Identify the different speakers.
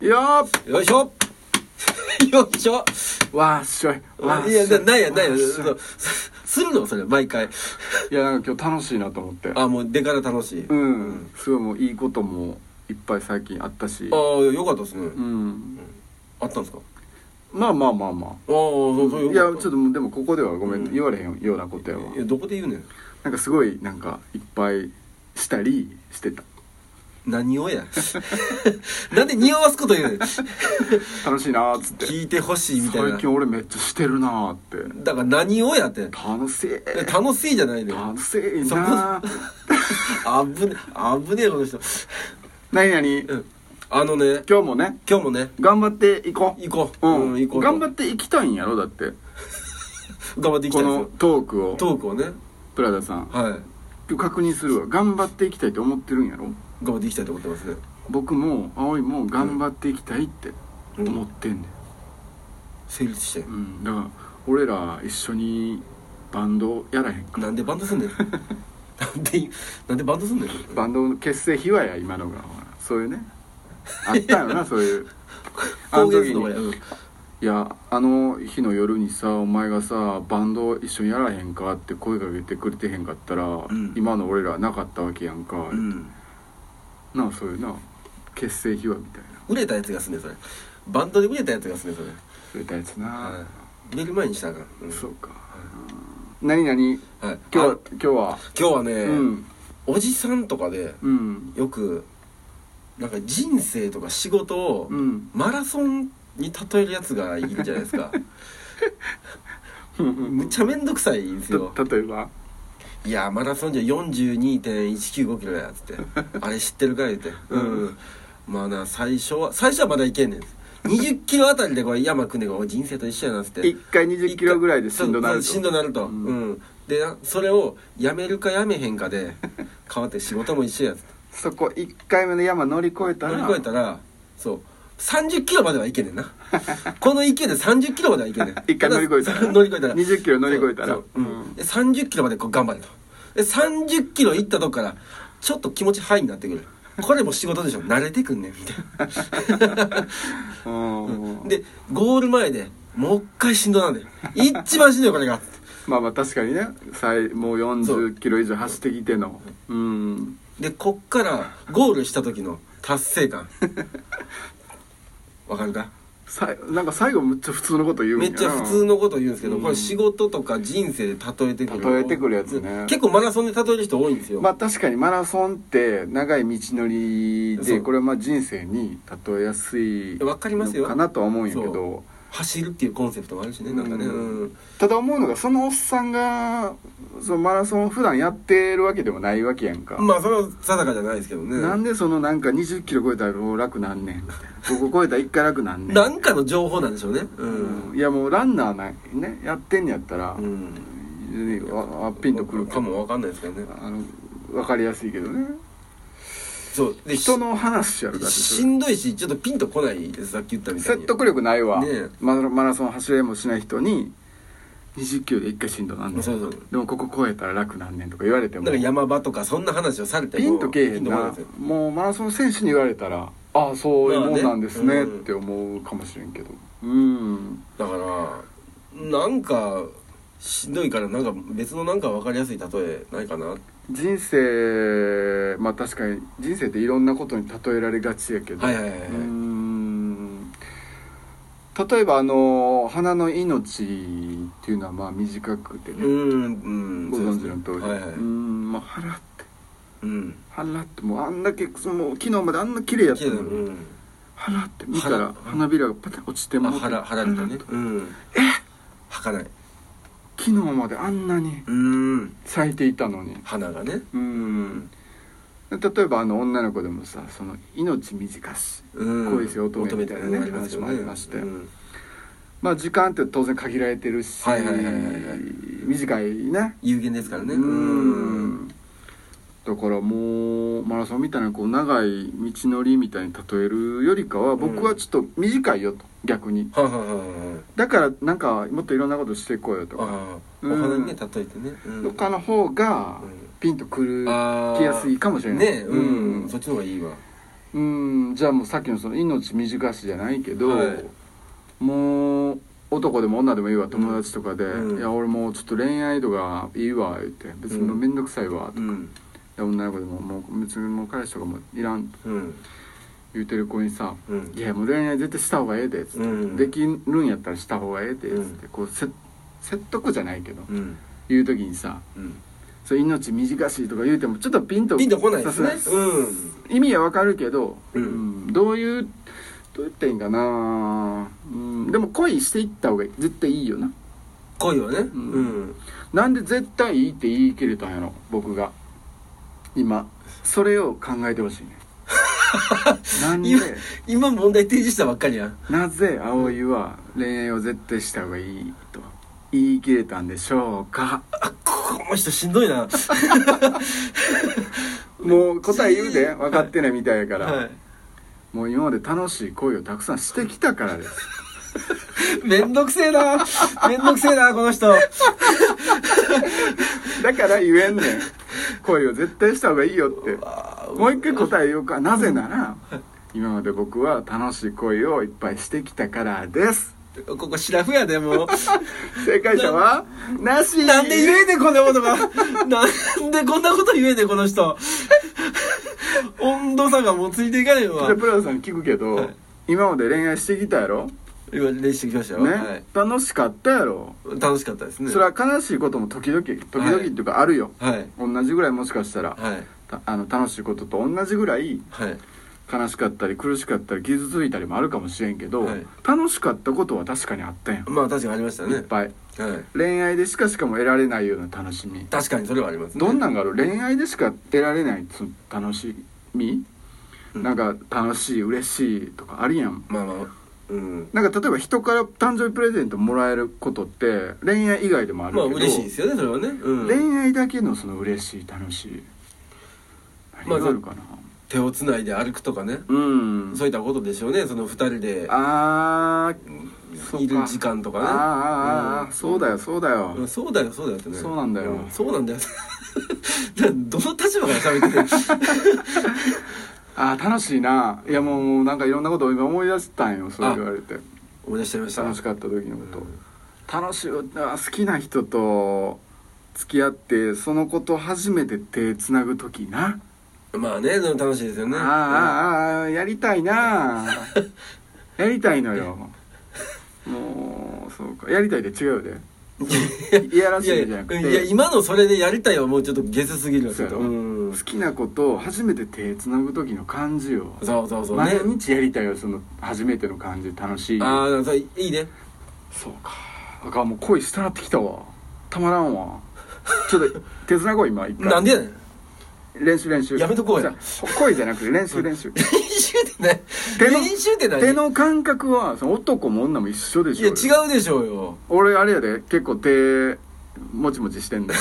Speaker 1: いやー
Speaker 2: よいしょ よいしょ
Speaker 1: わーっしょいわーっしょ
Speaker 2: いや、なないや、ないや、
Speaker 1: わーっし
Speaker 2: そ
Speaker 1: ょ
Speaker 2: のす するのそれ、毎回。
Speaker 1: いやなんか今日楽しいなと思って
Speaker 2: あ、もう、出から楽しい。
Speaker 1: う
Speaker 2: あ
Speaker 1: んすごいもういいこともいっぱい最近あったし
Speaker 2: あ、よかったですね。
Speaker 1: うん
Speaker 2: あったんですかあ
Speaker 1: まあまあまあま
Speaker 2: あ、そう、そう、
Speaker 1: あ
Speaker 2: よ
Speaker 1: いやち
Speaker 2: か
Speaker 1: ょ
Speaker 2: た
Speaker 1: っともうでもここではごめん、
Speaker 2: うん
Speaker 1: 言われへんようなことやわ
Speaker 2: いや、どこで言うねん。
Speaker 1: なんかすごいなんかいっぱいしたりしてた
Speaker 2: 何をや。 なんで匂わすこと言うねん。
Speaker 1: 楽しいなーっつって
Speaker 2: 聞いてほしいみたい
Speaker 1: 最
Speaker 2: な。
Speaker 1: 近俺めっちゃしてるなーって
Speaker 2: だから何をやって。
Speaker 1: 楽しい
Speaker 2: え楽しいじゃないのよ。
Speaker 1: 楽しいなー
Speaker 2: あぶね、あぶねえ、この人。
Speaker 1: なになに
Speaker 2: うん。あのね、
Speaker 1: 今日もね
Speaker 2: 今日もね、
Speaker 1: 頑張っていこう
Speaker 2: 行こう。
Speaker 1: うん、
Speaker 2: 行こうと。
Speaker 1: 頑張っていきたいんやろだって
Speaker 2: 頑張っていきた
Speaker 1: こ
Speaker 2: いで
Speaker 1: の
Speaker 2: すよ。
Speaker 1: トークを
Speaker 2: トークをね、
Speaker 1: プラダさん
Speaker 2: はい。
Speaker 1: 今日確認するわ頑張っていきたいと思ってるんやろ
Speaker 2: 頑張っていきたいと思ってますね。
Speaker 1: 僕も葵も頑張っていきたいって
Speaker 2: うん
Speaker 1: 思ってんね
Speaker 2: 成立して
Speaker 1: ん、う。ん、だから俺ら一緒にバンドやらへんか
Speaker 2: なんでバンドすんねん。なんで、なん でバンドすんねん。
Speaker 1: バンドの結成秘話や今のがほらそういうねあったよ なそういうあの
Speaker 2: 工芸
Speaker 1: 時
Speaker 2: 図のや。
Speaker 1: に
Speaker 2: うん
Speaker 1: いやあの日の夜にさお前がさバンド一緒にやらへんかって声かけてくれてへんかったら、
Speaker 2: ん
Speaker 1: 今の俺らなかったわけやんか、
Speaker 2: うん。
Speaker 1: なあそういうな結成秘話みたいな
Speaker 2: 売れたやつがすんねん、それ。バンドで売れたやつがすんねん、それ。
Speaker 1: そういったやつな、
Speaker 2: はい。売れる前にしたらあかん。うん
Speaker 1: そうか、何何
Speaker 2: はい。
Speaker 1: 今日
Speaker 2: あ
Speaker 1: は今日は
Speaker 2: 今日は
Speaker 1: う
Speaker 2: ね、
Speaker 1: ん
Speaker 2: おじさんとかで、
Speaker 1: うん
Speaker 2: よく、なんか人生とか仕事を
Speaker 1: う、ん
Speaker 2: マラソンに例えるやつがいいんじゃないですか むっちゃめんどくさいんですよ
Speaker 1: た 例えば
Speaker 2: いやマラソンじゃ42.195キロやっつって あれ知ってるか言うてうん、まあな最初は最初はまだいけんねん20キロあたりでこれ山くねがおい人生と一緒やなっつって
Speaker 1: 一回20キロぐらいでしんどなると
Speaker 2: そうそうしんどなると、
Speaker 1: う
Speaker 2: うんんでなそれをやめるかやめへんかで変わって仕事も一緒やっつって
Speaker 1: そこ1回目の山乗り越えたら
Speaker 2: 乗り越えたらそう30キロまではいけ ねんなこの池で30キロまではいけねん
Speaker 1: 一回乗り越えたら
Speaker 2: ただ 乗り越えたら
Speaker 1: 20キロ乗り越えたら
Speaker 2: そうそう
Speaker 1: う
Speaker 2: うんん、で30キロまでこう頑張れとで30キロ行ったとこからちょっと気持ちハイになってくるこれも仕事でしょ慣れてくんねんみたいな
Speaker 1: うん
Speaker 2: でゴール前でもう一回しんどなんだよ一番しんどいこれが
Speaker 1: まあまあ確かにね最もう40キロ以上走ってきてのうん
Speaker 2: でこっからゴールした時の達 成感わかるか
Speaker 1: さいなんか最後めっちゃ普通のこと言うん
Speaker 2: め
Speaker 1: や
Speaker 2: っ
Speaker 1: な
Speaker 2: ちゃ普通のこと言うんですけど、
Speaker 1: うん
Speaker 2: これ仕事とか人生で例えてくる
Speaker 1: 例えてくるやつね
Speaker 2: 結構マラソンで例える人多いんですよ、
Speaker 1: まあ確かにマラソンって長い道のり
Speaker 2: そ
Speaker 1: で
Speaker 2: う
Speaker 1: これはまあ人生に例えやすい
Speaker 2: わかりますよ
Speaker 1: のかなとは思うんやけ
Speaker 2: そ
Speaker 1: ど
Speaker 2: 走るっていうコンセプトもあるしねなんかね、
Speaker 1: うん
Speaker 2: うん
Speaker 1: ただ思うのがそのおっさんがそのマラソンを普段やってるわけでもないわけやんか、
Speaker 2: まあそれは定かじゃないですけどね
Speaker 1: なんでそのなんか2 0キロ超えたらもう楽なんねんここ超えたら1回楽なんねん
Speaker 2: なんかの情報なんでしょうねう
Speaker 1: うん
Speaker 2: ん、
Speaker 1: いやもうランナーないねやってんやったら、
Speaker 2: うん
Speaker 1: ああピンとくる
Speaker 2: かもわかんないですけどね
Speaker 1: あの分かりやすいけどね
Speaker 2: そうで
Speaker 1: 人の話やるだ
Speaker 2: し
Speaker 1: ってそ
Speaker 2: し
Speaker 1: れ
Speaker 2: んどいしちょっとピンとこないですさっき言ったみたいに
Speaker 1: 説得力ないわ、
Speaker 2: ねえ
Speaker 1: マラマラソン走れもしない人に20キロで1回しんどなんねん
Speaker 2: そうそう
Speaker 1: でもここ超えたら楽なんねんとか言われても
Speaker 2: なんか山場とかそんな話をされても
Speaker 1: ピンとけえへ
Speaker 2: ピ
Speaker 1: ん
Speaker 2: ンとこい
Speaker 1: な
Speaker 2: ですよ
Speaker 1: もうマラソン選手に言われたらああそういうもんなんです
Speaker 2: ま
Speaker 1: ね
Speaker 2: あ
Speaker 1: っ
Speaker 2: ねうん
Speaker 1: て思うかもしれんけどうん
Speaker 2: だからなんかしんどいからなんか別のなんか分かりやすい例えないかな
Speaker 1: 人生まあ確かに人生っていろんなことに例えられがちやけど
Speaker 2: はいはいはいはい
Speaker 1: うん例えばあの花の命っていうのはまあ短くて
Speaker 2: う
Speaker 1: ね
Speaker 2: んうん
Speaker 1: ご存知の通り
Speaker 2: はいはいう
Speaker 1: ーんまあ腹って
Speaker 2: うん
Speaker 1: 腹ってもうあんだけその昨日まであんな綺麗やった
Speaker 2: けど
Speaker 1: の
Speaker 2: う
Speaker 1: に
Speaker 2: ん
Speaker 1: 腹って見たら
Speaker 2: 腹
Speaker 1: 花びらがパタン落ちて
Speaker 2: あ
Speaker 1: もうて
Speaker 2: 腹腹にねうんはかない
Speaker 1: 昨日まであんなに
Speaker 2: うん
Speaker 1: 咲いていたのに
Speaker 2: 花がね
Speaker 1: うん例えばあの女の子でもさその命短し
Speaker 2: うん
Speaker 1: 恋せよ乙女みたいなね
Speaker 2: 乙女っていうのがあ
Speaker 1: 話もあ
Speaker 2: りますよね
Speaker 1: りまして
Speaker 2: うん
Speaker 1: まあ時間って当然限られてるし、
Speaker 2: はいはいはいはいはい
Speaker 1: 短いね
Speaker 2: 有限ですからね
Speaker 1: うんだからもうマラソンみたいなこう長い道のりみたいに例えるよりかは僕はちょっと短いよと逆に
Speaker 2: はあはあはあは
Speaker 1: だからなんかもっといろんなことしていこうよと
Speaker 2: あ
Speaker 1: か
Speaker 2: ああ
Speaker 1: うん
Speaker 2: お花にね例えてねうん
Speaker 1: とかの方が
Speaker 2: うん
Speaker 1: ピンとくる
Speaker 2: あー
Speaker 1: きやすいかもしれない
Speaker 2: ねうん
Speaker 1: うん
Speaker 2: そっちの方がいいわ
Speaker 1: うんじゃあもうさっきのその命短しじゃないけど、
Speaker 2: はい
Speaker 1: もう男でも女でもいいわ友達とかで「
Speaker 2: うん
Speaker 1: いや俺もうちょっと恋愛とかいいわ」言って「別にもうめんどくさいわ」とか、
Speaker 2: う
Speaker 1: い
Speaker 2: ん
Speaker 1: や女の子でも「もう別にもう彼氏とかもいらん」
Speaker 2: うん
Speaker 1: 言うてる子にさ「
Speaker 2: うん
Speaker 1: いやもう恋愛絶対した方がええで」つって、
Speaker 2: うん
Speaker 1: できるんやったらした方がええで」つって、
Speaker 2: う
Speaker 1: こうせ説得じゃないけど、
Speaker 2: うん
Speaker 1: 言う時にさ
Speaker 2: うん
Speaker 1: 「そう命短し」とか言うてもちょっとピンと
Speaker 2: ピンとこないで
Speaker 1: さ
Speaker 2: すね
Speaker 1: さ
Speaker 2: うん
Speaker 1: 意味はわかるけど、
Speaker 2: うん
Speaker 1: うんどういうどう言っていいんかな、うん、でも恋していった方が絶対いいよな
Speaker 2: 恋はねうんん
Speaker 1: なんで絶対いいって言い切れたんやろ僕が今それを考えてほ しいねなんで
Speaker 2: 今今問題提示したばっかりやん
Speaker 1: なぜ葵は恋愛を絶対した方がいいと言い切れたんでしょうか
Speaker 2: あここの人しんどいな
Speaker 1: もう答え言うで分かってないみたいやから、
Speaker 2: は
Speaker 1: もう今まで楽しい恋をたくさんしてきたからです
Speaker 2: いめんどくせえなめんどくせえなこの人
Speaker 1: だから言えんねん恋を絶対した方がいいよって
Speaker 2: わー
Speaker 1: もう一回答えようかなぜなら今まで僕は楽しい恋をいっぱいしてきたからです
Speaker 2: ここシラフやでも
Speaker 1: 正解者はなし
Speaker 2: うなんで言えねえこんなことがなんでこんなこと言えねえこの人温度差がもうついていかねえわ
Speaker 1: でプラさん聞くけど、
Speaker 2: はい
Speaker 1: 今まで恋愛してきたやろ、
Speaker 2: 今練習してきましたよ、
Speaker 1: ね
Speaker 2: はい
Speaker 1: 楽しかったやろ、
Speaker 2: 楽しかったですね
Speaker 1: それは悲しいことも時々時々っていうかあるよ、
Speaker 2: はい
Speaker 1: 同じぐらいもしかしたら、
Speaker 2: はい
Speaker 1: たあの楽しいことと同じぐらい
Speaker 2: はい
Speaker 1: 悲しかったり苦しかったり傷ついたりもあるかもしれんけど、
Speaker 2: はい
Speaker 1: 楽しかったことは確かにあったやん、
Speaker 2: まあ確かにありました
Speaker 1: いっ
Speaker 2: ね
Speaker 1: ぱい
Speaker 2: はい
Speaker 1: 恋愛でしかしかも得られないような楽しみ
Speaker 2: 確かにそれはありますね
Speaker 1: どんなんがある恋愛でしか得られないその楽しみ、
Speaker 2: うん
Speaker 1: なんか楽しい嬉しいとかあるやん
Speaker 2: まあまあうん
Speaker 1: なんか例えば人から誕生日プレゼントもらえることって恋愛以外でもあるけ
Speaker 2: まあ
Speaker 1: ど、
Speaker 2: 嬉しいですよねそれはね、うん、
Speaker 1: 恋愛だけのその嬉しい楽しい
Speaker 2: まあ
Speaker 1: 何があるかな、
Speaker 2: 手をつないで歩くとかね、
Speaker 1: うん
Speaker 2: そういったことでしょうねその二人で
Speaker 1: ああ
Speaker 2: いる時間とかね
Speaker 1: あーあーあー、
Speaker 2: うん
Speaker 1: そうだよそうだよ、
Speaker 2: うんそうだよそうだよってね
Speaker 1: そうなんだよ
Speaker 2: うそうなんだよ じゃあどの立場から喋ってる
Speaker 1: ああ楽しいないやもうもうなんかいろんなことを今思い出したんよそう言われて
Speaker 2: 思い出しちゃいました
Speaker 1: 楽しかった時のこと、
Speaker 2: うん
Speaker 1: 楽しいあ好きな人と付き合ってそのこと初めて手つなぐ時な、
Speaker 2: まあねでも楽しいですよね
Speaker 1: ああああやりたいなやりたいのよもうそうかやりたいで違うよでいやらしいんじゃなくて
Speaker 2: いやいや今のそれでやりたいはもうちょっとゲスすぎるわけ
Speaker 1: そうや
Speaker 2: ど
Speaker 1: ろ
Speaker 2: うん
Speaker 1: 好きなことを初めて手つなぐ時の感じよ
Speaker 2: そうそうそうね
Speaker 1: 毎日やりたいよその初めての感じ楽しい
Speaker 2: ああそういいね
Speaker 1: そうかだからもう恋したなってきたわたまらんわちょっと手つなごう今一回
Speaker 2: なんでやねん
Speaker 1: 練習練習
Speaker 2: やめとこうや
Speaker 1: じゃあ恋じゃなくて練習練習
Speaker 2: 練習ってね
Speaker 1: 手の
Speaker 2: 練習って何
Speaker 1: 手の感覚はその男も女も一緒でし
Speaker 2: い
Speaker 1: ょ
Speaker 2: や違うでしょうよ
Speaker 1: 俺あれやで結構手もちもちしてんだよ